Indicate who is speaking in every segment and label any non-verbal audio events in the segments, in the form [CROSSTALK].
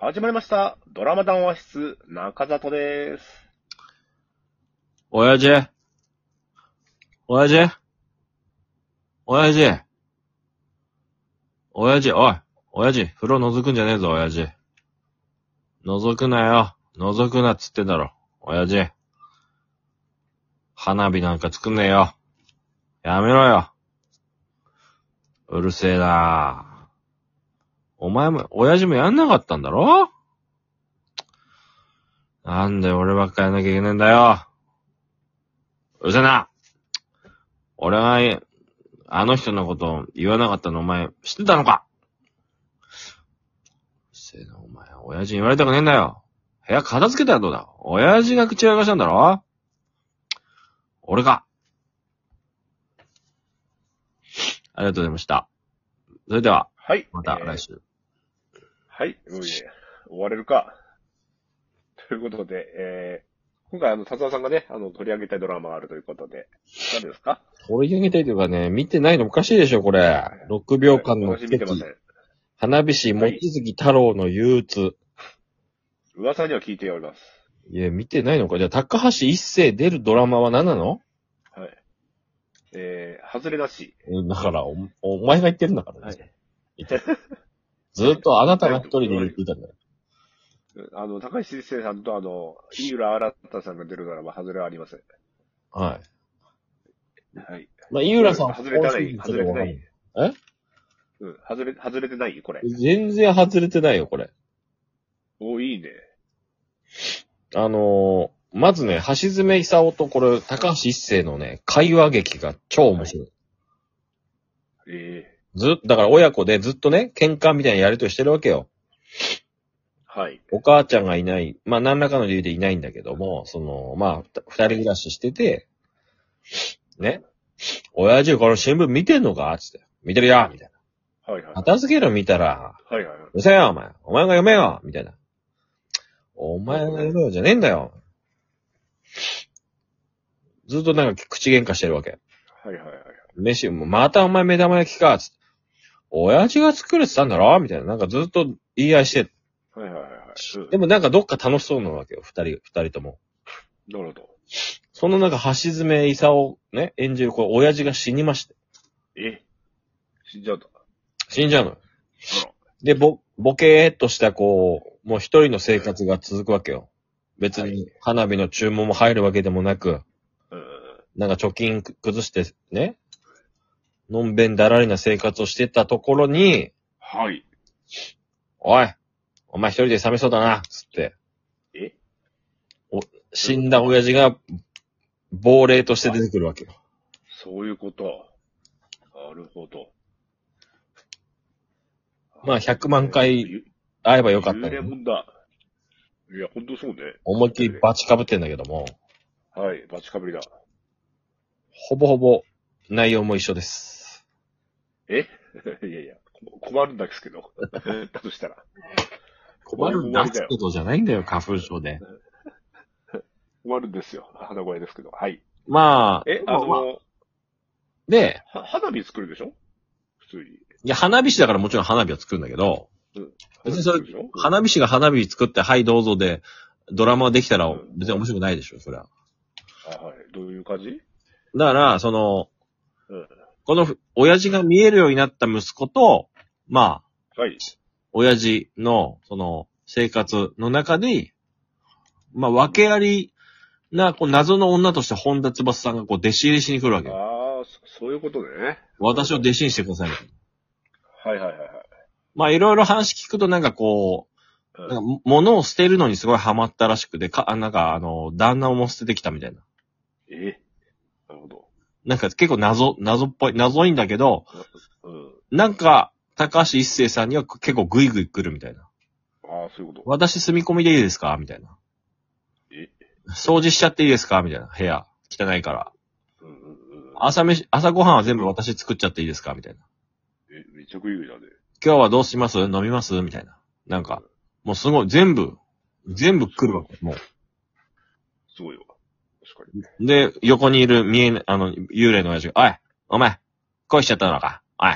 Speaker 1: 始まりました。ドラマ談話室、中里です。
Speaker 2: 親父親父親父親父、おい親父、風呂覗くんじゃねえぞ、親父。覗くなよ。覗くなっつってんだろ。親父。花火なんか作んねえよ。やめろよ。うるせえなお前も、親父もやんなかったんだろなんで俺ばっかやんなきゃいけねえんだよ。うるせえな俺が、あの人のこと言わなかったのお前知ってたのかうるせえな、お前。親父に言われたくねえんだよ。部屋片付けたらどうだ親父が口を汚したんだろ俺か。ありがとうございました。それでは、
Speaker 1: はい。
Speaker 2: また
Speaker 1: えー
Speaker 2: 来週。
Speaker 1: はい。もうね終われるか。ということで、えー、今回、あの、達也さんがね、あの、取り上げたいドラマがあるということで、何ですか
Speaker 2: 取り上げたいというかね、見てないのおかしいでしょ、これ。6秒間の
Speaker 1: 私見てません。
Speaker 2: 花火師、望月太郎の憂鬱。
Speaker 1: 噂には聞いております。
Speaker 2: いや、見てないのか。じゃあ、高橋一生出るドラマは何なの
Speaker 1: はい。えー、外れなし。
Speaker 2: えだからお、お前が言ってるんだからね。
Speaker 1: はい
Speaker 2: 言ってる [LAUGHS] ずっとあなたが一人で言ってたんだよ。
Speaker 1: あの、高橋一生さんと、あの、井浦新さんが出るドラマ、外れはありません。
Speaker 2: は
Speaker 1: はい。
Speaker 2: い。まあ、井浦さん、
Speaker 1: 外れてない
Speaker 2: 本数ちょっとわかんない
Speaker 1: うん、外れ、外れてないこれ。
Speaker 2: 全然外れてないよ、これ。
Speaker 1: おいいね。
Speaker 2: あのー、まずね、橋爪功とこれ、高橋一生のね、会話劇が超面白い。
Speaker 1: ええ
Speaker 2: ずっと、だから親子でずっとね、喧嘩みたいなやりとりしてるわけよ。
Speaker 1: はい。
Speaker 2: お母ちゃんがいない、まあ何らかの理由でいないんだけども、その、まあ、ふた二人暮らししてて、ね、親父この新聞見てんのかつって、見てるよみたい
Speaker 1: はいはい
Speaker 2: な。。片付けろ見たら、。
Speaker 1: はいはいはいう
Speaker 2: るせえよお前お前が読めよみたいな。お前が読めよじゃねえんだよずっとなんか口喧嘩してるわけ。
Speaker 1: はいはいはい。
Speaker 2: 飯、もうまたお前目玉焼きかつって。親父が作れてたんだろみたいな。なんかずっと言い合いして、
Speaker 1: はいはいはいはい。
Speaker 2: でもなんかどっか楽しそうなわけよ、二人、二人とも。
Speaker 1: なるほど。
Speaker 2: その中、橋爪功ね、演じる、これ、親父が死にまして。
Speaker 1: え死んじゃった。
Speaker 2: 死んじゃうのよ
Speaker 1: あら。
Speaker 2: で、ぼ、ボケーっとした、こう、もう一人の生活が続くわけよ。別
Speaker 1: は
Speaker 2: に、花火の注文も入るわけでもなく、
Speaker 1: うん。
Speaker 2: なんか貯金く崩して、ね、のんべんだらりな生活をしてたところに、
Speaker 1: はい。
Speaker 2: おい、お前一人で冷めそうだな、つって、
Speaker 1: え
Speaker 2: 死んだ親父が、亡霊として出てくるわけよ。
Speaker 1: そういうこと。なるほど。
Speaker 2: まあ100万回
Speaker 1: ゆ
Speaker 2: 会えばよかったの
Speaker 1: 幽霊
Speaker 2: に、
Speaker 1: もんだ。いや、ほんとそうね。
Speaker 2: 思いっきりバチかぶってんだけども、
Speaker 1: はい、バチかぶりだ。
Speaker 2: ほぼほぼ内容も一緒です。
Speaker 1: え [LAUGHS] いやいや、こ困るんですけど。 [LAUGHS] だとしたら。
Speaker 2: 困るんだけどじゃないんだよ、花粉症で。
Speaker 1: 困るんですよ。鼻声ですけど。はい。
Speaker 2: まあ、
Speaker 1: え、あ
Speaker 2: まあまあ
Speaker 1: の、
Speaker 2: で、
Speaker 1: は花火作るでしょ普通に。
Speaker 2: いや、花火師だからもちろん花火は作るんだけど、別にそ
Speaker 1: 花火作
Speaker 2: れ
Speaker 1: るでしょ
Speaker 2: 花火師が花火作って、はい、どうぞで、ドラマできたら別に面白くないでしょ、それは。
Speaker 1: あはい。どういう感じ
Speaker 2: だから、その
Speaker 1: うん、
Speaker 2: このふ、親父が見えるようになった息子と、まあ、
Speaker 1: はい。
Speaker 2: 親父の、その、生活の中で、まあ、訳ありな、こう、謎の女として本田翼さんがこう、弟子入りしに来るわけよ。
Speaker 1: ああ、そそういうことね。
Speaker 2: 私を弟子にしてくださいみたいな。
Speaker 1: はいはいはいはい。
Speaker 2: まあいろいろ話聞くとなんかこう、
Speaker 1: うん
Speaker 2: なんか物を捨てるのにすごいハマったらしくて、か、あなんかあの、旦那をも捨ててきたみたいな。
Speaker 1: えなるほど。
Speaker 2: なんか結構謎、謎っぽい、謎いんだけど、
Speaker 1: うん。
Speaker 2: なんか、高橋一生さんには結構グイグイ来るみたいな。
Speaker 1: ああ、そういうこと。
Speaker 2: 私住み込みでいいですかみたいな。
Speaker 1: え
Speaker 2: 掃除しちゃっていいですかみたいな。部屋。汚いから。
Speaker 1: うんうんうん。
Speaker 2: 朝飯、朝ごはんは全部私作っちゃっていいですかみたいな。
Speaker 1: え、めっちゃ食い食いだね。
Speaker 2: 今日はどうします飲みますみたいな。なんか、もうすごい、全部、全部来るわけ。もう。
Speaker 1: すごいわ。確かに。
Speaker 2: で、横にいる見えな、あの、幽霊の親父が、おい、お前、恋しちゃったのかおい、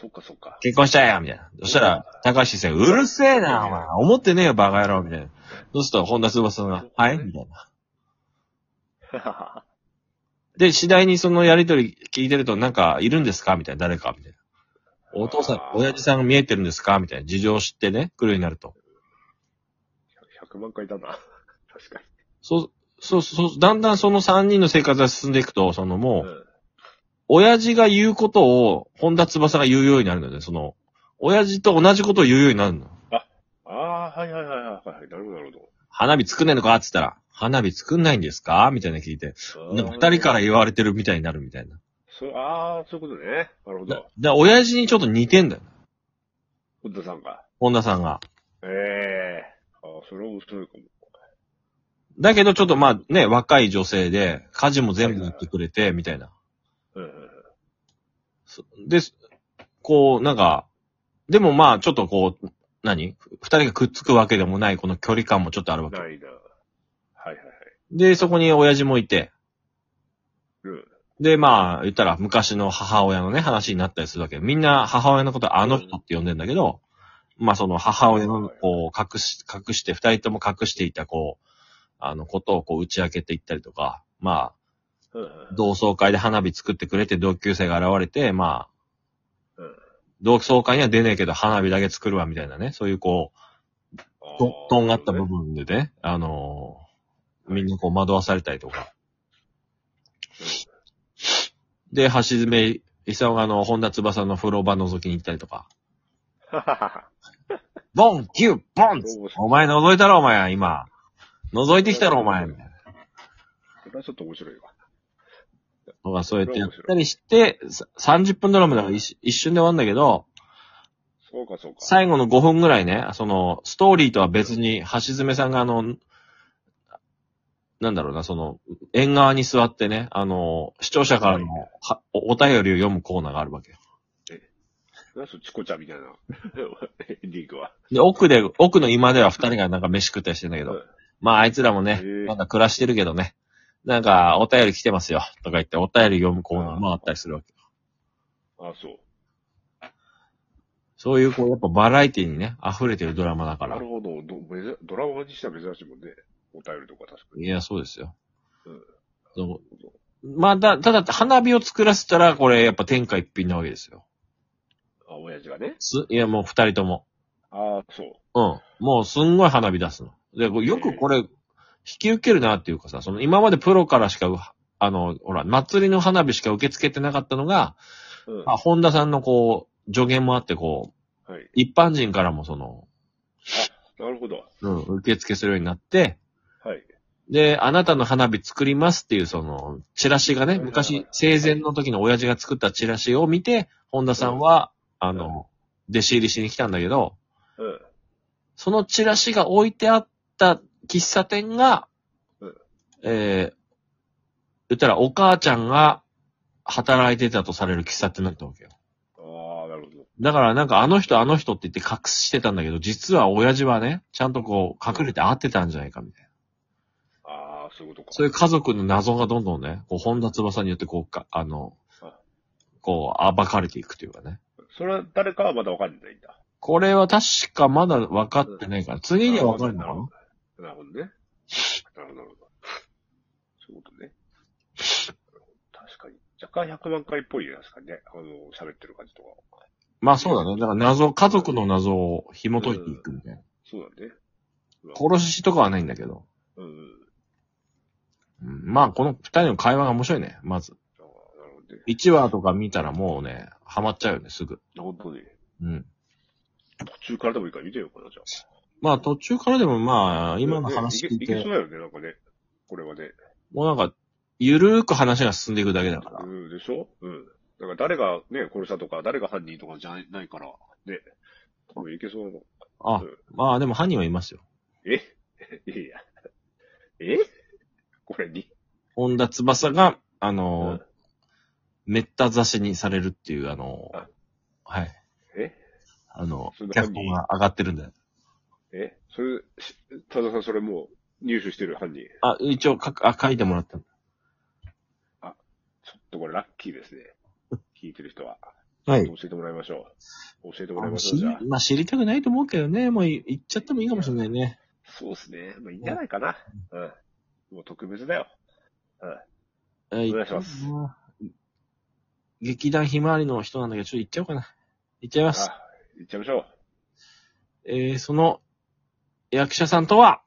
Speaker 1: そっかそっか。 [LAUGHS]
Speaker 2: 結婚したいよみたいな。そしたら、高橋先生、うるせえな、お前。思ってねえよ、バカ野郎みたいな。そうすると、本田翼さんが、はいみたいな。で、次第にそのやりとり聞いてると、なんか、いるんですかみたいな。誰かみたいな。お父さん、親父さんが見えてるんですかみたいな。事情を知ってね、来るようになると。
Speaker 1: 100万回だな。 [LAUGHS] 確か
Speaker 2: そう、そう、そう、だんだんその3人の生活が進んでいくと、そのも
Speaker 1: に。
Speaker 2: う
Speaker 1: う、ん。
Speaker 2: 親父が言うことを、本田翼が言うようになるので、その、親父と同じことを言うようになるの。
Speaker 1: ああ、はいはいはいはいはい。なるほど、なるほ
Speaker 2: 花火作んないのかって言ったら、花火作んないんですかみたいな聞いて、
Speaker 1: ど。
Speaker 2: なんか二人から言われてるみたいになるみたいな。
Speaker 1: そう、ああ、そういうことね。なるほ
Speaker 2: だだ
Speaker 1: ど
Speaker 2: か。ら親父にちょっと似てんだよ。
Speaker 1: 本田さんが。
Speaker 2: 本田さんが。
Speaker 1: ええああ、それは面白いかも。
Speaker 2: だけどちょっとまあね、若い女性で、家事も全部やってくれて、みたいな。
Speaker 1: うんうんうん。
Speaker 2: そで、こう、なんか、でもまあちょっとこう、何二人がくっつくわけでもない、この距離感もちょっとあるわけ。
Speaker 1: ないな。はいはいはい。
Speaker 2: で、そこに親父もいて、
Speaker 1: うん。
Speaker 2: で、まあ、言ったら昔の母親のね、話になったりするわけ。みんな母親のことあの人って呼んでんだけど、まあその母親の、こう、隠し、隠して、二人とも隠していた、こう、あの、ことをこう打ち明けていったりとか、ま
Speaker 1: うん
Speaker 2: あ、同窓会で花火作ってくれて同級生が現れて、まあ
Speaker 1: うん、
Speaker 2: 同窓会には出ねえけど花火だけ作るわ、みたいなね、そういうこう、とん、とんがった部。分でね、あのーみんなこう惑わされたりとか。で、橋爪功があの、本田翼の風呂場覗きに行ったりとか。
Speaker 1: ははは。
Speaker 2: ボン、キュー、ボン
Speaker 1: [LAUGHS] そう
Speaker 2: お前覗いたろ、お前、今。覗いてきたろ、お前。みたいな
Speaker 1: それはちょっと面白いわ。
Speaker 2: のがそうやってやったりして、さ30分ドラマだから一一瞬で終わるんだけど、
Speaker 1: そうかそうか。
Speaker 2: 最後の5分ぐらいね、その、ストーリーとは別に、橋爪さんがあの、なんだろうな、その、縁側に座ってね、あの、視聴者からのはおお便りを読むコーナーがあるわけよ。
Speaker 1: なんすチコちゃんみたいな。 [LAUGHS] エンディングは。
Speaker 2: で、奥で、奥の今では二人がなんか飯食ったりしてんだけ
Speaker 1: う
Speaker 2: ど
Speaker 1: ん、
Speaker 2: まああいつらもね
Speaker 1: へえ、
Speaker 2: まだ暮らしてるけどね、なんかお便り来てますよ、とか言ってお便り読むコーナーもあったりするわけ。
Speaker 1: あそう。
Speaker 2: そういうこう、やっぱバラエティにね、溢れてるドラマだか
Speaker 1: な
Speaker 2: ら
Speaker 1: る。ほど。どめずドラマにしては珍しいもんね。お便りとか確か
Speaker 2: い
Speaker 1: に。
Speaker 2: や、そうですよ
Speaker 1: うん。
Speaker 2: そうまあ、だ、ただ、花火を作らせたら、これ、やっぱ天下一品なわけですよ。
Speaker 1: あ、親父がね。
Speaker 2: す、いや、もう二人とも。
Speaker 1: ああ、そう。
Speaker 2: うん。もうすんごい花火出すの。で、こうよくこれ、引き受けるなっていうかさ、その今までプロからしかう、あの、ほら、祭りの花火しか受け付けてなかったのが、
Speaker 1: うん。
Speaker 2: あ、
Speaker 1: は
Speaker 2: 本田さんのこう、助言もあって、こう、
Speaker 1: い。
Speaker 2: 一般人からもその、
Speaker 1: なるほど。
Speaker 2: うん、受付するようになって、
Speaker 1: はい。
Speaker 2: で、あなたの花火作りますっていう、その、チラシが
Speaker 1: は
Speaker 2: ね、
Speaker 1: い
Speaker 2: 昔、生前の時の親父が作ったチラシを見て、本田さんは、あの、弟子入りしに来たんだけど、
Speaker 1: うん。
Speaker 2: そのチラシが置いてあった喫茶店が
Speaker 1: うん、
Speaker 2: えー、言ったらお母ちゃんが働いてたとされる喫茶店だったわけよ。
Speaker 1: ああ、なるほど。
Speaker 2: だからなんかあの人あの人って言って隠してたんだけど、実は親父はね、ちゃんとこう隠れて会ってたんじゃないかみたいな。
Speaker 1: ああ、そういうことか。
Speaker 2: そういう家族の謎がどんどんね、こう本田翼によってこうか、あの
Speaker 1: あ、
Speaker 2: こう暴かれていくというかね。
Speaker 1: それは誰かはまだわかんないんだ。
Speaker 2: これは確かまだ分かってないから、次には分かるんだろうな
Speaker 1: なるほどね。なるほど、なるほど。そういうことね。確かに。若干100万回っぽいね、確かにね。あの、喋ってる感じとか。
Speaker 2: まあそうだね。だから謎、家族の謎を紐解いていくみたいな。
Speaker 1: そうだね。
Speaker 2: 殺しとかはないんだけど。
Speaker 1: うんうん。
Speaker 2: うん、まあこの二人の会話が面白いね。まず。
Speaker 1: ああ、なるほどね。
Speaker 2: 1話とか見たらもうね、ハマっちゃうよね、すぐ。
Speaker 1: 本当に。
Speaker 2: うん。
Speaker 1: 途中からでもいいから見てようかな、じゃあ。
Speaker 2: まあ途中からでもまあ、今の話聞い
Speaker 1: ねけけそ
Speaker 2: て、
Speaker 1: うだよね、なんかね。これはね。
Speaker 2: もうなんか、ゆるーく話が進んでいくだけだから。
Speaker 1: うん、でしょうん。だから誰がね、殺したとか、誰が犯人とかじゃないから、ね。多分いけそうなの。
Speaker 2: あ、まあでも犯人はいますよ。
Speaker 1: え [LAUGHS] いやいや。えこれに
Speaker 2: 本田翼が、あ
Speaker 1: う
Speaker 2: の
Speaker 1: ん、
Speaker 2: めった刺しにされるっていう、あの
Speaker 1: あ、
Speaker 2: はい。
Speaker 1: え
Speaker 2: あの
Speaker 1: それ、
Speaker 2: 脚本が上がってるんだよ。
Speaker 1: えそれ、し田田さんそれもう入手してる犯人。
Speaker 2: あ、一応書く、あ、書いてもらっ
Speaker 1: ちょ
Speaker 2: た。
Speaker 1: っとこれラッキーですね。聞いてる人は。
Speaker 2: はい。
Speaker 1: 教えてもらいましょう。教えてもらい
Speaker 2: まあ
Speaker 1: ましょう、
Speaker 2: 知
Speaker 1: じ
Speaker 2: り
Speaker 1: ゃあ。
Speaker 2: まあ、知りたくないと思うけどね、もうい言っちゃってもいいかもしれないね。
Speaker 1: そうですね。まあ、いいんじゃないかな。うん。もう特別だよ。お
Speaker 2: お
Speaker 1: 願いします。
Speaker 2: 劇団ひまわりの人なんだけど、ちょっと行っちゃおうかな。行っちゃいます。
Speaker 1: あ、行っちゃいましょう。
Speaker 2: えー、その役者さんとは、